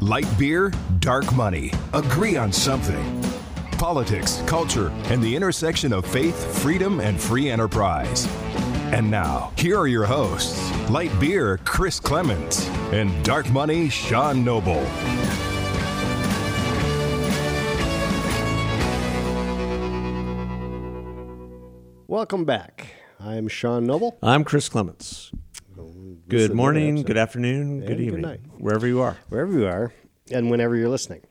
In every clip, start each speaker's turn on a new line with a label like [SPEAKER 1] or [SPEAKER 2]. [SPEAKER 1] Light beer, dark money. Agree on something. Politics, culture, and the intersection of faith, freedom, and free enterprise. And now, here are your hosts Light Beer, Chris Clements, and Dark Money, Sean Noble.
[SPEAKER 2] Welcome back. I'm Sean Noble.
[SPEAKER 3] I'm Chris Clements. Good
[SPEAKER 2] to
[SPEAKER 3] morning,
[SPEAKER 2] episode.
[SPEAKER 3] good afternoon,
[SPEAKER 2] And
[SPEAKER 3] good
[SPEAKER 2] good
[SPEAKER 3] evening,
[SPEAKER 2] night.
[SPEAKER 3] wherever you are.
[SPEAKER 2] Wherever you are and whenever you're listening.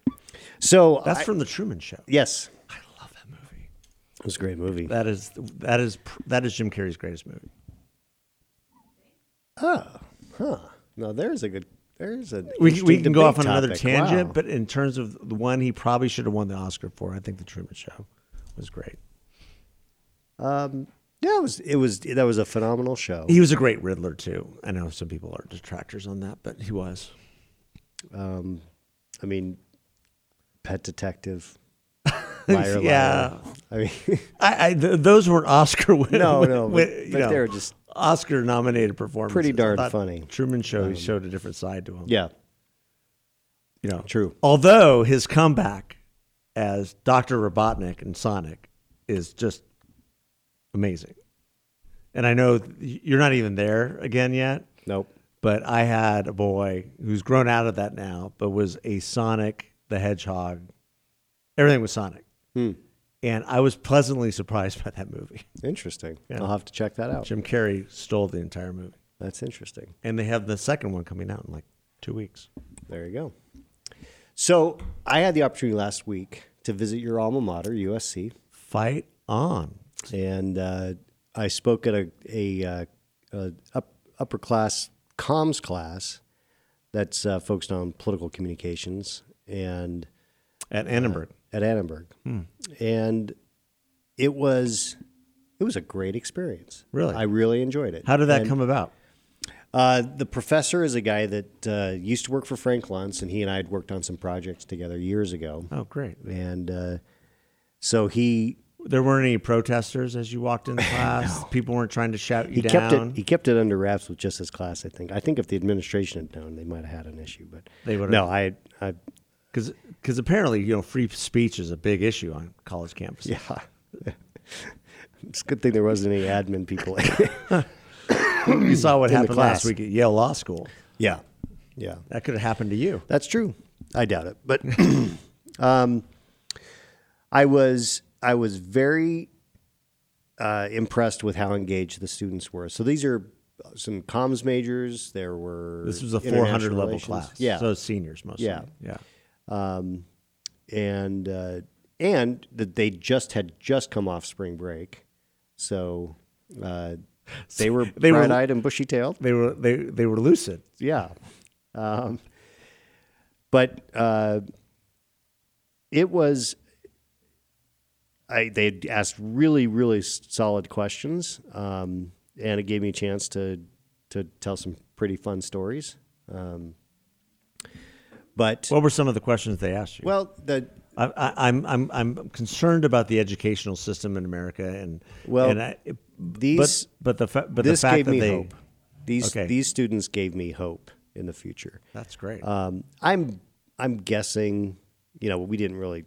[SPEAKER 2] So,
[SPEAKER 3] That's
[SPEAKER 2] I-
[SPEAKER 3] from the Truman Show.
[SPEAKER 2] yes,
[SPEAKER 3] I love that movie.
[SPEAKER 2] it was a great movie.
[SPEAKER 3] That is that is pr- that is Jim Carrey's greatest movie.
[SPEAKER 2] Huh. Now, there's a good, there's a.
[SPEAKER 3] We, we
[SPEAKER 2] interesting
[SPEAKER 3] can go off on
[SPEAKER 2] debate
[SPEAKER 3] another
[SPEAKER 2] topic.
[SPEAKER 3] tangent,
[SPEAKER 2] Wow.
[SPEAKER 3] but in terms of the one he probably should have won the Oscar for, I think the Truman Show was great.
[SPEAKER 2] yeah, it was, it was, that was a phenomenal show.
[SPEAKER 3] He was a great Riddler too. I know some people are detractors on that, but he was.
[SPEAKER 2] Um, I mean, Pet Detective, Liar
[SPEAKER 3] Yeah.
[SPEAKER 2] Liar. I mean,
[SPEAKER 3] I, I th- those weren't Oscar win.
[SPEAKER 2] No, no,
[SPEAKER 3] win-
[SPEAKER 2] but-
[SPEAKER 3] you
[SPEAKER 2] but they were just
[SPEAKER 3] Oscar nominated performances.
[SPEAKER 2] pretty darn
[SPEAKER 3] I thought
[SPEAKER 2] funny. Um,
[SPEAKER 3] Truman Show he showed a different side to him.
[SPEAKER 2] yeah,
[SPEAKER 3] you know,
[SPEAKER 2] True.
[SPEAKER 3] Although his comeback as Doctor Robotnik and Sonic is just amazing, and I know th- you're not even there again yet,
[SPEAKER 2] nope.
[SPEAKER 3] but I had a boy who's grown out of that now, but was a Sonic the Hedgehog. Everything was Sonic, and I was pleasantly surprised by that movie.
[SPEAKER 2] Interesting. I'll have to check that out.
[SPEAKER 3] Jim Carrey stole the entire movie,
[SPEAKER 2] That's interesting.
[SPEAKER 3] and they have the second one coming out in like two weeks.
[SPEAKER 2] There you go. So I had the opportunity last week to visit your alma mater, USC,
[SPEAKER 3] Fight on!
[SPEAKER 2] and uh, I spoke at a a, uh, a up, upper class comms class that's uh, focused on political communications and
[SPEAKER 3] At Annenberg,
[SPEAKER 2] at Annenberg,
[SPEAKER 3] Hmm.
[SPEAKER 2] and it was it was a great experience.
[SPEAKER 3] Really?
[SPEAKER 2] I really enjoyed it.
[SPEAKER 3] how did that
[SPEAKER 2] And-
[SPEAKER 3] come about?
[SPEAKER 2] Uh, the professor is a guy that uh, used to work for Frank Luntz, and he and I had worked on some projects together years ago.
[SPEAKER 3] Oh, great.
[SPEAKER 2] And uh, so he
[SPEAKER 3] There weren't any protesters as you walked into class. People weren't trying to shout you
[SPEAKER 2] he
[SPEAKER 3] down.
[SPEAKER 2] kept it he kept it under wraps with just his class. I think. I think if the administration had known, they might have had an issue. But
[SPEAKER 3] They would've-
[SPEAKER 2] No, I, I
[SPEAKER 3] because apparently you know free speech is a big issue on college campuses. Yeah.
[SPEAKER 2] it's a good thing there wasn't any admin people.
[SPEAKER 3] You saw what
[SPEAKER 2] In the
[SPEAKER 3] happened last
[SPEAKER 2] class.
[SPEAKER 3] week at Yale Law School.
[SPEAKER 2] yeah, yeah,
[SPEAKER 3] That could have happened to you.
[SPEAKER 2] that's true. I doubt it, but um, I was I was very uh, impressed with how engaged the students were. So these are some comms majors. There were
[SPEAKER 3] This was a
[SPEAKER 2] international
[SPEAKER 3] 400 level
[SPEAKER 2] relations.
[SPEAKER 3] class.
[SPEAKER 2] Yeah,
[SPEAKER 3] so seniors mostly.
[SPEAKER 2] Yeah.
[SPEAKER 3] yeah.
[SPEAKER 2] Um, and uh, and that they just had just come off spring break, so uh, they were
[SPEAKER 3] They were-
[SPEAKER 2] bright eyed and bushy tailed.
[SPEAKER 3] They were they they were lucid.
[SPEAKER 2] Yeah, um, but uh, it was. I they had asked really really s- solid questions, um, and it gave me a chance to to tell some pretty fun stories. Um, but
[SPEAKER 3] What were some of the questions they asked you?
[SPEAKER 2] well, the
[SPEAKER 3] I, I, I'm I'm I'm concerned about the educational system in America and
[SPEAKER 2] Well,
[SPEAKER 3] and I,
[SPEAKER 2] these-
[SPEAKER 3] but but the fa- but
[SPEAKER 2] this
[SPEAKER 3] the fact
[SPEAKER 2] gave
[SPEAKER 3] that
[SPEAKER 2] me
[SPEAKER 3] they
[SPEAKER 2] hope. These
[SPEAKER 3] Okay.
[SPEAKER 2] these students gave me hope in the future.
[SPEAKER 3] that's great.
[SPEAKER 2] Um, I'm I'm guessing, you know, we didn't really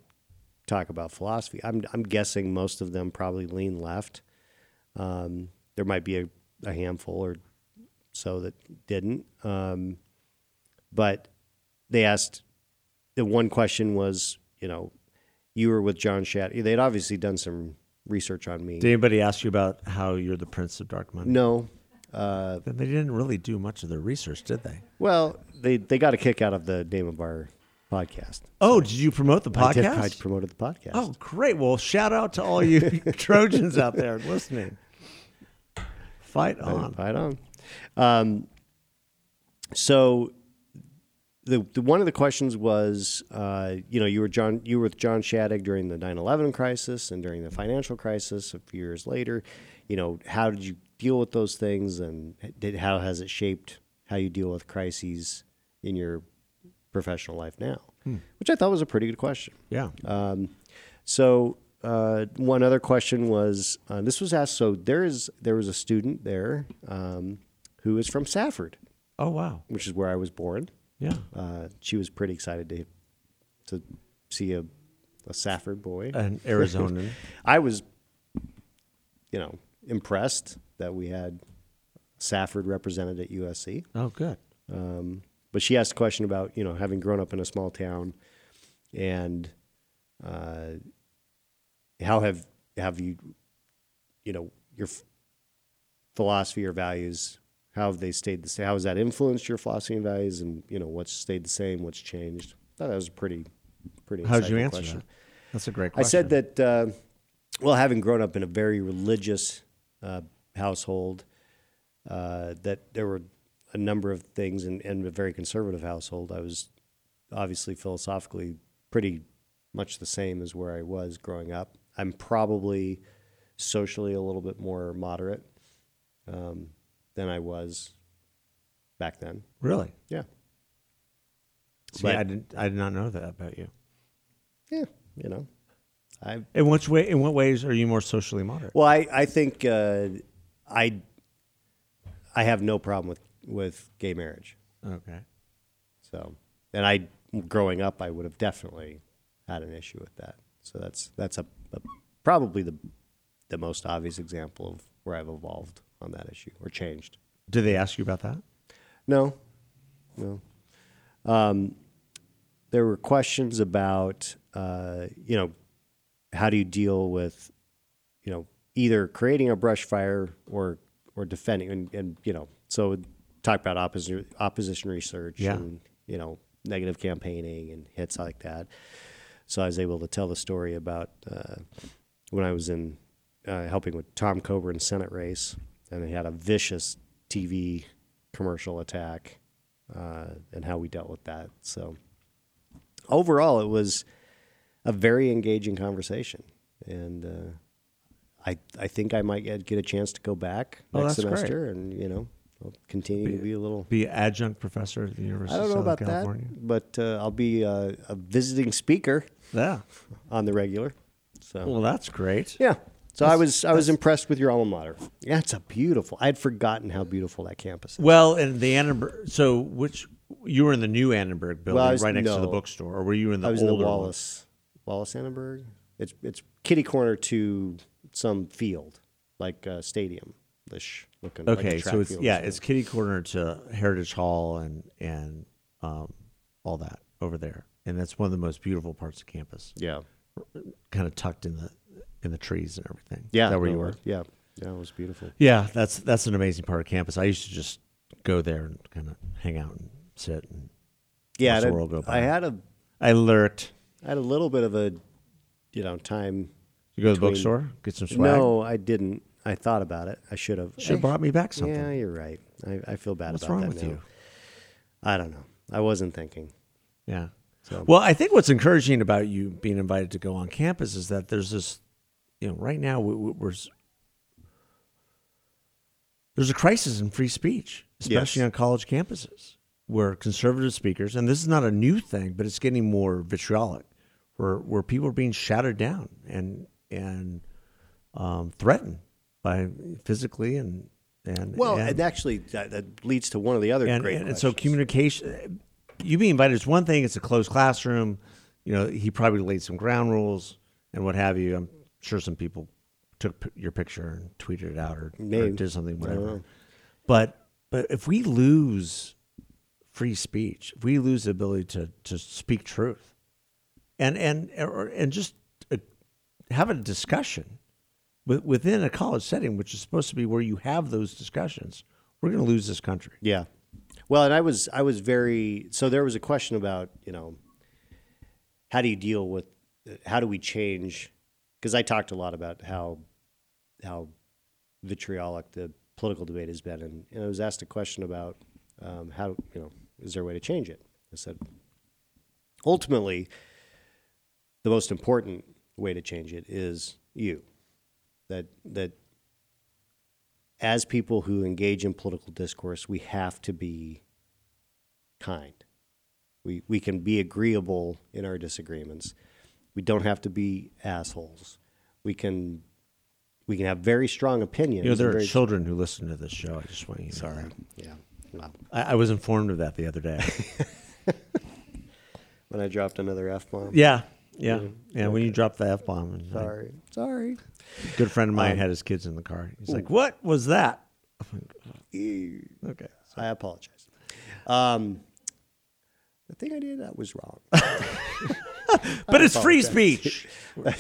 [SPEAKER 2] talk about philosophy. I'm I'm guessing most of them probably lean left. Um, there might be a, a handful or so that didn't. Um, but they asked the one question was, you know, you were with John Shattuck. They'd obviously done some research on me.
[SPEAKER 3] Did anybody ask you about how you're the prince of dark money?
[SPEAKER 2] no.
[SPEAKER 3] Then they didn't really do much of their research, did they?
[SPEAKER 2] Well, they they got a kick out of the name of our podcast.
[SPEAKER 3] Oh, did you promote the
[SPEAKER 2] I did-
[SPEAKER 3] podcast?
[SPEAKER 2] I promoted the podcast.
[SPEAKER 3] oh, great. Well, shout out to all you Trojans out there listening. Fight on.
[SPEAKER 2] Right on. Um, so the, the one of the questions was, uh, you know, you were John, you were with John Shattuck during the 9/11 crisis and during the financial crisis a few years later. You know, how did you deal with those things, and did how has it shaped how you deal with crises in your professional life now?
[SPEAKER 3] Hmm.
[SPEAKER 2] Which I thought was a pretty good question.
[SPEAKER 3] Yeah.
[SPEAKER 2] Um, so uh, one other question was uh, this was asked. So there is there was a student there um, who is from Safford,
[SPEAKER 3] oh, wow.
[SPEAKER 2] which is where I was born,
[SPEAKER 3] Yeah.
[SPEAKER 2] Uh, she was pretty excited to to see a a Safford boy.
[SPEAKER 3] An Arizonan.
[SPEAKER 2] I was, you know, impressed that we had Safford represented at USC.
[SPEAKER 3] oh, good.
[SPEAKER 2] Um, but she asked a question about you know having grown up in a small town, and uh, how have have you, you know, your f- philosophy or values? How have they stayed the same? How has that influenced your philosophy and values? And you know, what's stayed the same? What's changed? I thought that was a pretty, pretty.
[SPEAKER 3] How did you
[SPEAKER 2] insightful
[SPEAKER 3] answer
[SPEAKER 2] question.
[SPEAKER 3] that? That's a great
[SPEAKER 2] I
[SPEAKER 3] question.
[SPEAKER 2] said that, uh, well, having grown up in a very religious uh, household, uh, that there were a number of things, and, and a very conservative household, I was obviously philosophically pretty much the same as where I was growing up. I'm probably socially a little bit more moderate um, than I was back then.
[SPEAKER 3] Really?
[SPEAKER 2] Yeah.
[SPEAKER 3] See,
[SPEAKER 2] But-
[SPEAKER 3] I didn't. I did not know that about you.
[SPEAKER 2] Yeah. You know, i
[SPEAKER 3] In which way? In what ways are you more socially moderate?
[SPEAKER 2] Well, I, I think uh, I I have no problem with, with gay marriage.
[SPEAKER 3] Okay.
[SPEAKER 2] So, and I growing up, I would have definitely had an issue with that. So that's that's a, a probably the the most obvious example of where I've evolved on that issue or changed.
[SPEAKER 3] Did they ask you about that?
[SPEAKER 2] No, no. Um, there were questions about, uh, you know, how do you deal with, you know, either creating a brush fire or or defending, and, and you know, so talk about opposition opposition research
[SPEAKER 3] Yeah.
[SPEAKER 2] and you know negative campaigning and hits like that. So I was able to tell the story about uh, when I was in uh, helping with Tom Coburn's Senate race, and they had a vicious TV commercial attack, uh, and how we dealt with that. So overall, it was a very engaging conversation, and uh, I I think I might get, get a chance to go back
[SPEAKER 3] Oh,
[SPEAKER 2] next
[SPEAKER 3] that's great.
[SPEAKER 2] semester, and you know, I'll continue to be a little
[SPEAKER 3] Be adjunct professor at the University
[SPEAKER 2] I don't
[SPEAKER 3] of
[SPEAKER 2] know
[SPEAKER 3] Southern
[SPEAKER 2] about
[SPEAKER 3] California.
[SPEAKER 2] that, but uh, I'll be uh, a visiting speaker
[SPEAKER 3] Yeah.
[SPEAKER 2] on the regular. So
[SPEAKER 3] Well, that's great.
[SPEAKER 2] yeah, so I was I was impressed with your alma mater. Yeah, it's a beautiful. I had forgotten how beautiful that campus is.
[SPEAKER 3] Well, and the Annenberg. So, which you were in the new Annenberg building,
[SPEAKER 2] was-
[SPEAKER 3] right next to the
[SPEAKER 2] no.
[SPEAKER 3] bookstore, or were you in the
[SPEAKER 2] I was in
[SPEAKER 3] older
[SPEAKER 2] the
[SPEAKER 3] one?
[SPEAKER 2] Wallace Wallace Annenberg. It's it's kitty corner to some field like uh, stadium ish looking. like a
[SPEAKER 3] Okay,
[SPEAKER 2] track
[SPEAKER 3] so it's
[SPEAKER 2] field or
[SPEAKER 3] yeah,
[SPEAKER 2] something.
[SPEAKER 3] it's kitty corner to Heritage Hall and and um, all that over there, and that's one of the most beautiful parts of campus,
[SPEAKER 2] yeah
[SPEAKER 3] kind of tucked in the in the trees and everything.
[SPEAKER 2] yeah
[SPEAKER 3] Is that where
[SPEAKER 2] no,
[SPEAKER 3] you were.
[SPEAKER 2] Yeah, yeah, it was beautiful.
[SPEAKER 3] Yeah, that's that's an amazing part of campus. I used to just go there and kind of hang out and sit. And
[SPEAKER 2] Yeah,
[SPEAKER 3] watch
[SPEAKER 2] I
[SPEAKER 3] the world go
[SPEAKER 2] had,
[SPEAKER 3] by.
[SPEAKER 2] I had a
[SPEAKER 3] I lurked.
[SPEAKER 2] I had a little bit of a you know time
[SPEAKER 3] You go to the
[SPEAKER 2] Between-
[SPEAKER 3] bookstore, get some swag.
[SPEAKER 2] No, I didn't. I thought about it. I should have.
[SPEAKER 3] should have brought me back something.
[SPEAKER 2] Yeah, you're right. I, I feel bad
[SPEAKER 3] What's
[SPEAKER 2] about
[SPEAKER 3] wrong
[SPEAKER 2] that
[SPEAKER 3] with
[SPEAKER 2] now.
[SPEAKER 3] you?
[SPEAKER 2] I don't know. I wasn't thinking.
[SPEAKER 3] Yeah.
[SPEAKER 2] So-
[SPEAKER 3] Well, I think what's encouraging about you being invited to go on campus is that there's this, you know, right now we, we- we're s- there's a crisis in free speech, especially
[SPEAKER 2] Yes.
[SPEAKER 3] on college campuses, where conservative speakers, and this is not a new thing, but it's getting more vitriolic, where where people are being shouted down and and um, threatened by physically and and
[SPEAKER 2] Well,
[SPEAKER 3] and,
[SPEAKER 2] and actually, that, that leads to one of the other
[SPEAKER 3] and,
[SPEAKER 2] great
[SPEAKER 3] and, and
[SPEAKER 2] questions.
[SPEAKER 3] so communication you being invited is one thing it's a closed classroom you know he probably laid some ground rules and what have you i'm sure some people took p- your picture and tweeted it out or, or
[SPEAKER 2] Maybe.
[SPEAKER 3] did something
[SPEAKER 2] I don't
[SPEAKER 3] whatever
[SPEAKER 2] know.
[SPEAKER 3] but but if we lose free speech if we lose the ability to to speak truth and and or, and just uh have a discussion with, within a college setting which is supposed to be where you have those discussions we're going to lose this country
[SPEAKER 2] Yeah. Well, and I was I was very so there was a question about you know how do you deal with how do we change because I talked a lot about how how vitriolic the political debate has been and, and I was asked a question about um, how you know is there a way to change it I said ultimately the most important way to change it is you that that as people who engage in political discourse, we have to be kind. We, we can be agreeable in our disagreements. We don't have to be assholes. We can we can have very strong opinions.
[SPEAKER 3] You know, there
[SPEAKER 2] and
[SPEAKER 3] are
[SPEAKER 2] very-
[SPEAKER 3] children who listen to this show. I just want you to know.
[SPEAKER 2] Sorry. Yeah. Wow.
[SPEAKER 3] I, I was informed of that the other day.
[SPEAKER 2] when I dropped another F bomb.
[SPEAKER 3] Yeah. Yeah. Yeah. When you drop the F bomb.
[SPEAKER 2] Mm-hmm. Sorry. Um, Sorry.
[SPEAKER 3] good friend of mine had his kids in the car. He's like, what was that? okay.
[SPEAKER 2] I apologize. Um, the thing I did that was wrong.
[SPEAKER 3] But it's free speech.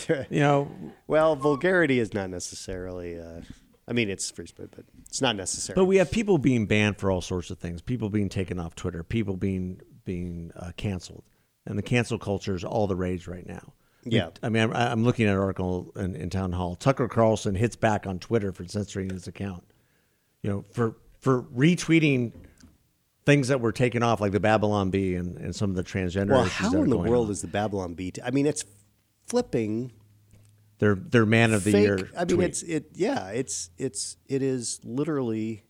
[SPEAKER 3] You know,
[SPEAKER 2] well, vulgarity is not necessarily. Uh, I mean, it's free speech, but it's not necessary.
[SPEAKER 3] but we have people being banned for all sorts of things. People being taken off Twitter. People being being uh, canceled. And the cancel culture is all the rage right now.
[SPEAKER 2] Yeah.
[SPEAKER 3] I mean, I'm, I'm looking at an article in, in Town Hall. Tucker Carlson hits back on Twitter for censoring his account. You know, for for retweeting things that were taken off, like the Babylon Bee and, and some of the transgender.
[SPEAKER 2] well,
[SPEAKER 3] issues
[SPEAKER 2] how
[SPEAKER 3] that are
[SPEAKER 2] in the
[SPEAKER 3] going
[SPEAKER 2] world
[SPEAKER 3] on.
[SPEAKER 2] is the Babylon Beat? I mean, it's flipping
[SPEAKER 3] their their man of the
[SPEAKER 2] fake-
[SPEAKER 3] year?
[SPEAKER 2] I mean,
[SPEAKER 3] tweet.
[SPEAKER 2] it's it. Yeah, it's it's it is literally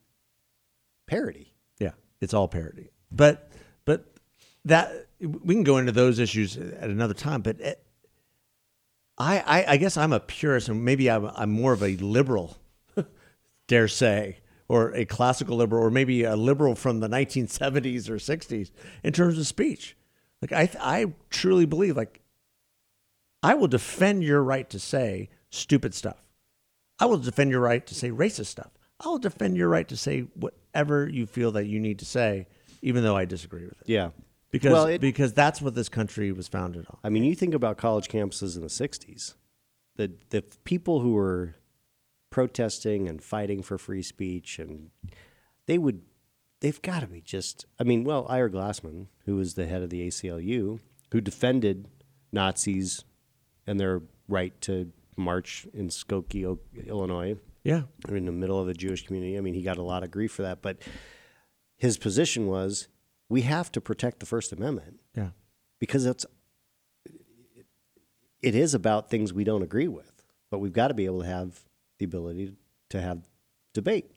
[SPEAKER 2] parody.
[SPEAKER 3] Yeah, it's all parody. But but that we can go into those issues at another time. But it, I, I I guess I'm a purist, and maybe I'm, I'm more of a liberal, dare say, or a classical liberal, or maybe a liberal from the 1970s or 60s in terms of speech. Like I I truly believe like I will defend your right to say stupid stuff. I will defend your right to say racist stuff. I will defend your right to say whatever you feel that you need to say, even though I disagree with it.
[SPEAKER 2] Yeah,
[SPEAKER 3] Because
[SPEAKER 2] well, it,
[SPEAKER 3] because that's what this country was founded on.
[SPEAKER 2] I mean, you think about college campuses in the '60s, the the people who were protesting and fighting for free speech, and they would, they've got to be just. I mean, well, Ira Glassman, who was the head of the ACLU, who defended Nazis and their right to march in Skokie, O- Illinois,
[SPEAKER 3] Yeah.
[SPEAKER 2] in the middle of the Jewish community. I mean, he got a lot of grief for that, but his position was, we have to protect the First Amendment
[SPEAKER 3] Yeah.
[SPEAKER 2] because it's it is about things we don't agree with, but we've got to be able to have the ability to have debate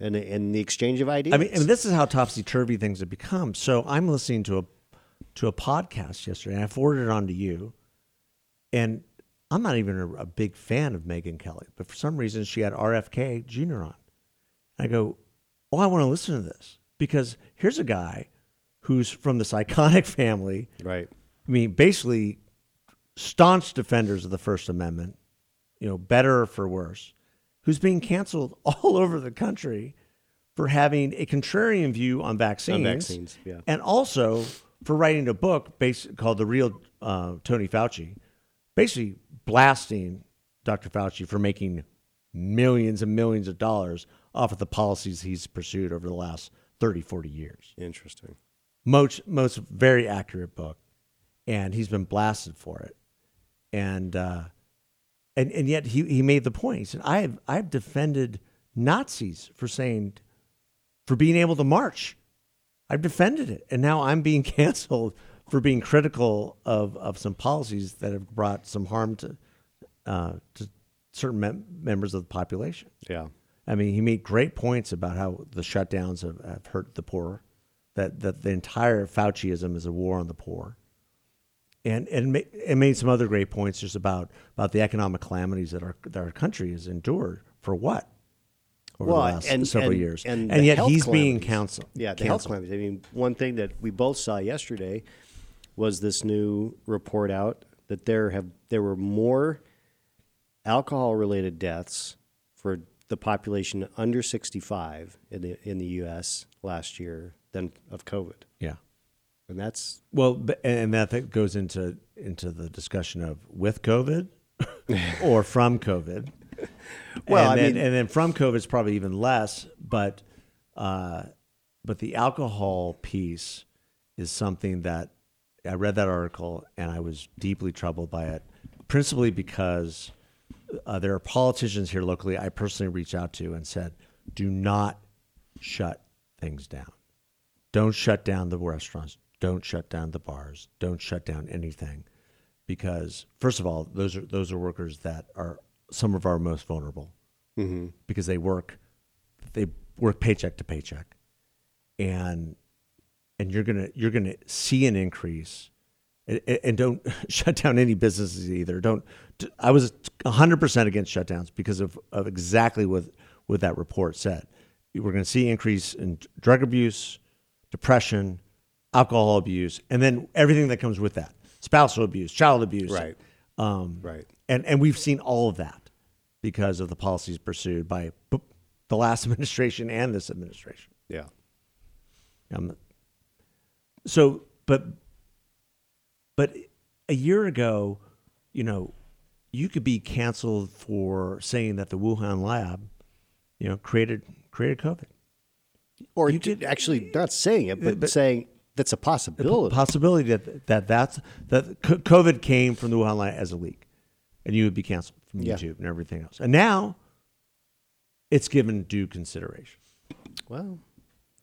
[SPEAKER 2] and and the exchange of ideas.
[SPEAKER 3] I mean, I mean, this is how topsy turvy things have become. So I'm listening to a to a podcast yesterday, and I forwarded it on to you. And I'm not even a, a big fan of Megan Kelly, but for some reason she had RFK Jr. on. I go, oh, I want to listen to this because here's a guy who's from this iconic family.
[SPEAKER 2] right?
[SPEAKER 3] I mean, basically, staunch defenders of the First Amendment, you know, better or for worse, who's being canceled all over the country for having a contrarian view on vaccines,
[SPEAKER 2] vaccines, yeah.
[SPEAKER 3] and also for writing a book based, called "The Real uh, Tony Fauci," basically blasting Dr. Fauci for making millions and millions of dollars off of the policies he's pursued over the last 30, 40 years
[SPEAKER 2] Interesting.
[SPEAKER 3] most most very accurate book, and he's been blasted for it, and uh, and and yet he he made the point. He said, "I have I've defended Nazis for saying for being able to march. I've defended it, and now I'm being canceled for being critical of of some policies that have brought some harm to uh, to certain mem- members of the population."
[SPEAKER 2] Yeah,
[SPEAKER 3] I mean, he made great points about how the shutdowns have, have hurt the poor, that, that the entire Fauciism is a war on the poor. And, and, ma- and made some other great points just about, about the economic calamities that our, that our country has endured for what? Over
[SPEAKER 2] Well,
[SPEAKER 3] the last
[SPEAKER 2] and-
[SPEAKER 3] several
[SPEAKER 2] and-
[SPEAKER 3] years.
[SPEAKER 2] and
[SPEAKER 3] And,
[SPEAKER 2] the
[SPEAKER 3] yet
[SPEAKER 2] health
[SPEAKER 3] he's being
[SPEAKER 2] calamities.
[SPEAKER 3] counseled.
[SPEAKER 2] yeah. The health
[SPEAKER 3] canceled.
[SPEAKER 2] claims. I mean, one thing that we both saw yesterday was this new report out that there have there were more alcohol related deaths for the population under 65 in the in the US last year than of COVID.
[SPEAKER 3] Yeah.
[SPEAKER 2] And that's
[SPEAKER 3] Well, b- and that th- goes into into the discussion of with COVID or from COVID.
[SPEAKER 2] Well,
[SPEAKER 3] and
[SPEAKER 2] I
[SPEAKER 3] then,
[SPEAKER 2] mean-
[SPEAKER 3] and then from COVID is probably even less, but uh, but the alcohol piece is something that I read that article and I was deeply troubled by it, principally because uh, there are politicians here locally I personally reached out to and said, do not shut things down. Don't shut down the restaurants. Don't shut down the bars. Don't shut down anything, because first of all, those are those are workers that are some of our most vulnerable, mm-hmm. because they work, they work paycheck to paycheck, and and you're gonna you're gonna see an increase, and, and don't shut down any businesses either. Don't. I was 100 percent against shutdowns because of, of exactly what what that report said. We're gonna see increase in drug abuse, depression, alcohol abuse, and then everything that comes with that spousal abuse, child abuse.
[SPEAKER 2] Right.
[SPEAKER 3] Um,
[SPEAKER 2] Right.
[SPEAKER 3] And, and we've seen all of that because of the policies pursued by p- the last administration and this administration.
[SPEAKER 2] Yeah.
[SPEAKER 3] Um, so, but, but a year ago, you know, you could be canceled for saying that the Wuhan lab, you know, created created COVID.
[SPEAKER 2] Or you did actually not saying it, but, saying that's a
[SPEAKER 3] po-
[SPEAKER 2] possibility.
[SPEAKER 3] possibility that that that's that co- COVID came from the Wuhan lab as a leak, and you would be canceled from
[SPEAKER 2] Yeah.
[SPEAKER 3] YouTube and everything else. And now, it's given due consideration.
[SPEAKER 2] well,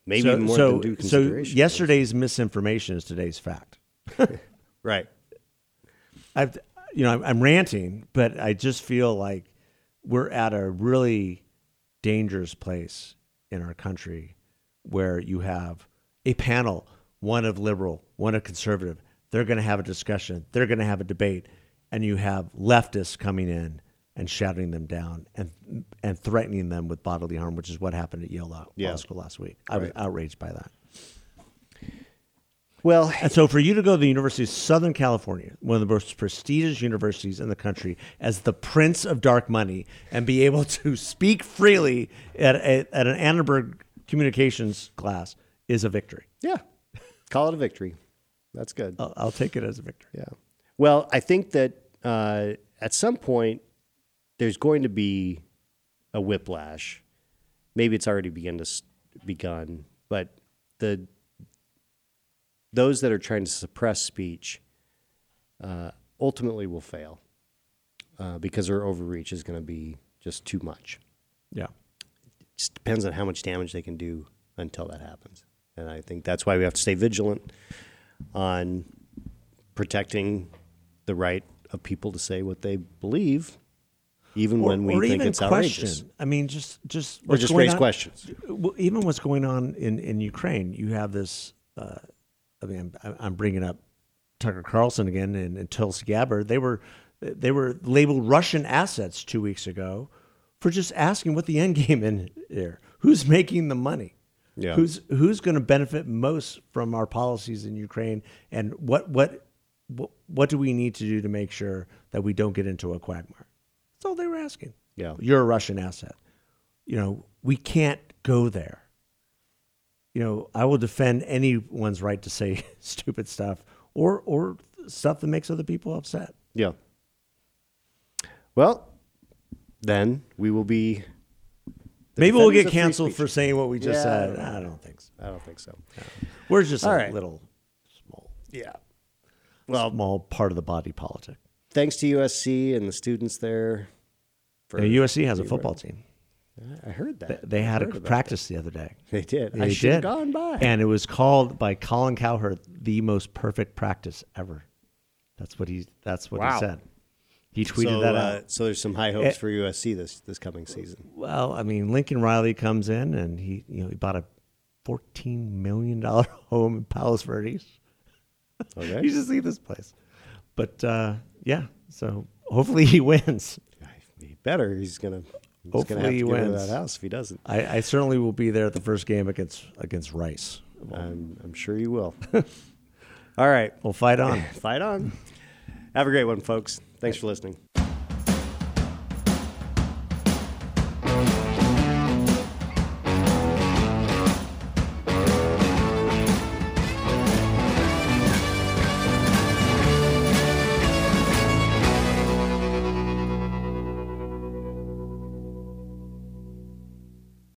[SPEAKER 2] maybe
[SPEAKER 3] so,
[SPEAKER 2] more
[SPEAKER 3] so,
[SPEAKER 2] than due
[SPEAKER 3] so
[SPEAKER 2] consideration.
[SPEAKER 3] yesterday's misinformation is today's fact.
[SPEAKER 2] Right.
[SPEAKER 3] I've, you know, I'm, I'm ranting, but I just feel like we're at a really dangerous place in our country where you have a panel, one of liberal, one of conservative. They're going to have a discussion. They're going to have a debate, and you have leftists coming in and shouting them down and and threatening them with bodily harm, which is what happened at Yale Law,
[SPEAKER 2] Yeah.
[SPEAKER 3] Law School last week. I was
[SPEAKER 2] Right.
[SPEAKER 3] outraged by that.
[SPEAKER 2] Well,
[SPEAKER 3] And so, for you to go to the University of Southern California, one of the most prestigious universities in the country, as the prince of dark money, and be able to speak freely at, a, at an Annenberg communications class is a victory.
[SPEAKER 2] yeah. Call it a victory. That's good.
[SPEAKER 3] I'll, I'll take it as a victory.
[SPEAKER 2] Yeah. Well, I think that uh, at some point there's going to be a whiplash. Maybe it's already begun to s- begun, but the those that are trying to suppress speech uh, ultimately will fail uh, because their overreach is going to be just too much.
[SPEAKER 3] Yeah.
[SPEAKER 2] It just depends on how much damage they can do until that happens, and I think that's why we have to stay vigilant on protecting the right of people to say what they believe, even when we think it's outrageous.
[SPEAKER 3] I mean, just just
[SPEAKER 2] Or
[SPEAKER 3] what's
[SPEAKER 2] just
[SPEAKER 3] going
[SPEAKER 2] raise
[SPEAKER 3] on-
[SPEAKER 2] questions.
[SPEAKER 3] Well, Even what's going on in in Ukraine, you have this. Uh, I mean, I'm, I'm bringing up Tucker Carlson again and, and Tulsi Gabbard. They were they were labeled Russian assets two weeks ago for just asking what the end game in there. Who's making the money?
[SPEAKER 2] Yeah.
[SPEAKER 3] Who's who's going to benefit most from our policies in Ukraine? And what what what, what do we need to do to make sure that we don't get into a quagmire? That's all they were asking.
[SPEAKER 2] Yeah.
[SPEAKER 3] You're a Russian asset. You know, we can't go there. You know, I will defend anyone's right to say stupid stuff or or stuff that makes other people upset.
[SPEAKER 2] Yeah. Well, then we will be. the
[SPEAKER 3] Maybe
[SPEAKER 2] defenders
[SPEAKER 3] we'll get
[SPEAKER 2] of free
[SPEAKER 3] canceled
[SPEAKER 2] speech.
[SPEAKER 3] for saying what we just
[SPEAKER 2] Yeah, I
[SPEAKER 3] said.
[SPEAKER 2] don't know.
[SPEAKER 3] I don't think so.
[SPEAKER 2] I don't think so.
[SPEAKER 3] We're just
[SPEAKER 2] All
[SPEAKER 3] a
[SPEAKER 2] right.
[SPEAKER 3] little small
[SPEAKER 2] Yeah.
[SPEAKER 3] well, small part of the body politic.
[SPEAKER 2] Thanks to USC and the students there. For,
[SPEAKER 3] Now, USC has a football team.
[SPEAKER 2] I heard that.
[SPEAKER 3] They had a
[SPEAKER 2] Heard about
[SPEAKER 3] practice the other day.
[SPEAKER 2] They did. I
[SPEAKER 3] They
[SPEAKER 2] should have
[SPEAKER 3] did.
[SPEAKER 2] gone by.
[SPEAKER 3] And it was called by Colin Cowherd the most perfect practice ever. That's what he that's what
[SPEAKER 2] Wow.
[SPEAKER 3] he said. He tweeted
[SPEAKER 2] so,
[SPEAKER 3] that
[SPEAKER 2] uh,
[SPEAKER 3] out. Eh.
[SPEAKER 2] so there's some high hopes for USC this, this coming season.
[SPEAKER 3] Well, I mean, Lincoln Riley comes in and he you know, he bought a fourteen million dollar home in Palos Verdes.
[SPEAKER 2] Okay.
[SPEAKER 3] You should see this place. But uh, yeah, so hopefully he wins.
[SPEAKER 2] He better. He's gonna. He's
[SPEAKER 3] Hopefully
[SPEAKER 2] gonna have to
[SPEAKER 3] he
[SPEAKER 2] get rid of
[SPEAKER 3] wins.
[SPEAKER 2] that house if he doesn't.
[SPEAKER 3] I, I certainly will be there at the first game against against Rice.
[SPEAKER 2] I'm, I'm sure you will. All right,
[SPEAKER 3] We'll fight on.
[SPEAKER 2] fight on. Have a great one, folks. Thanks for listening.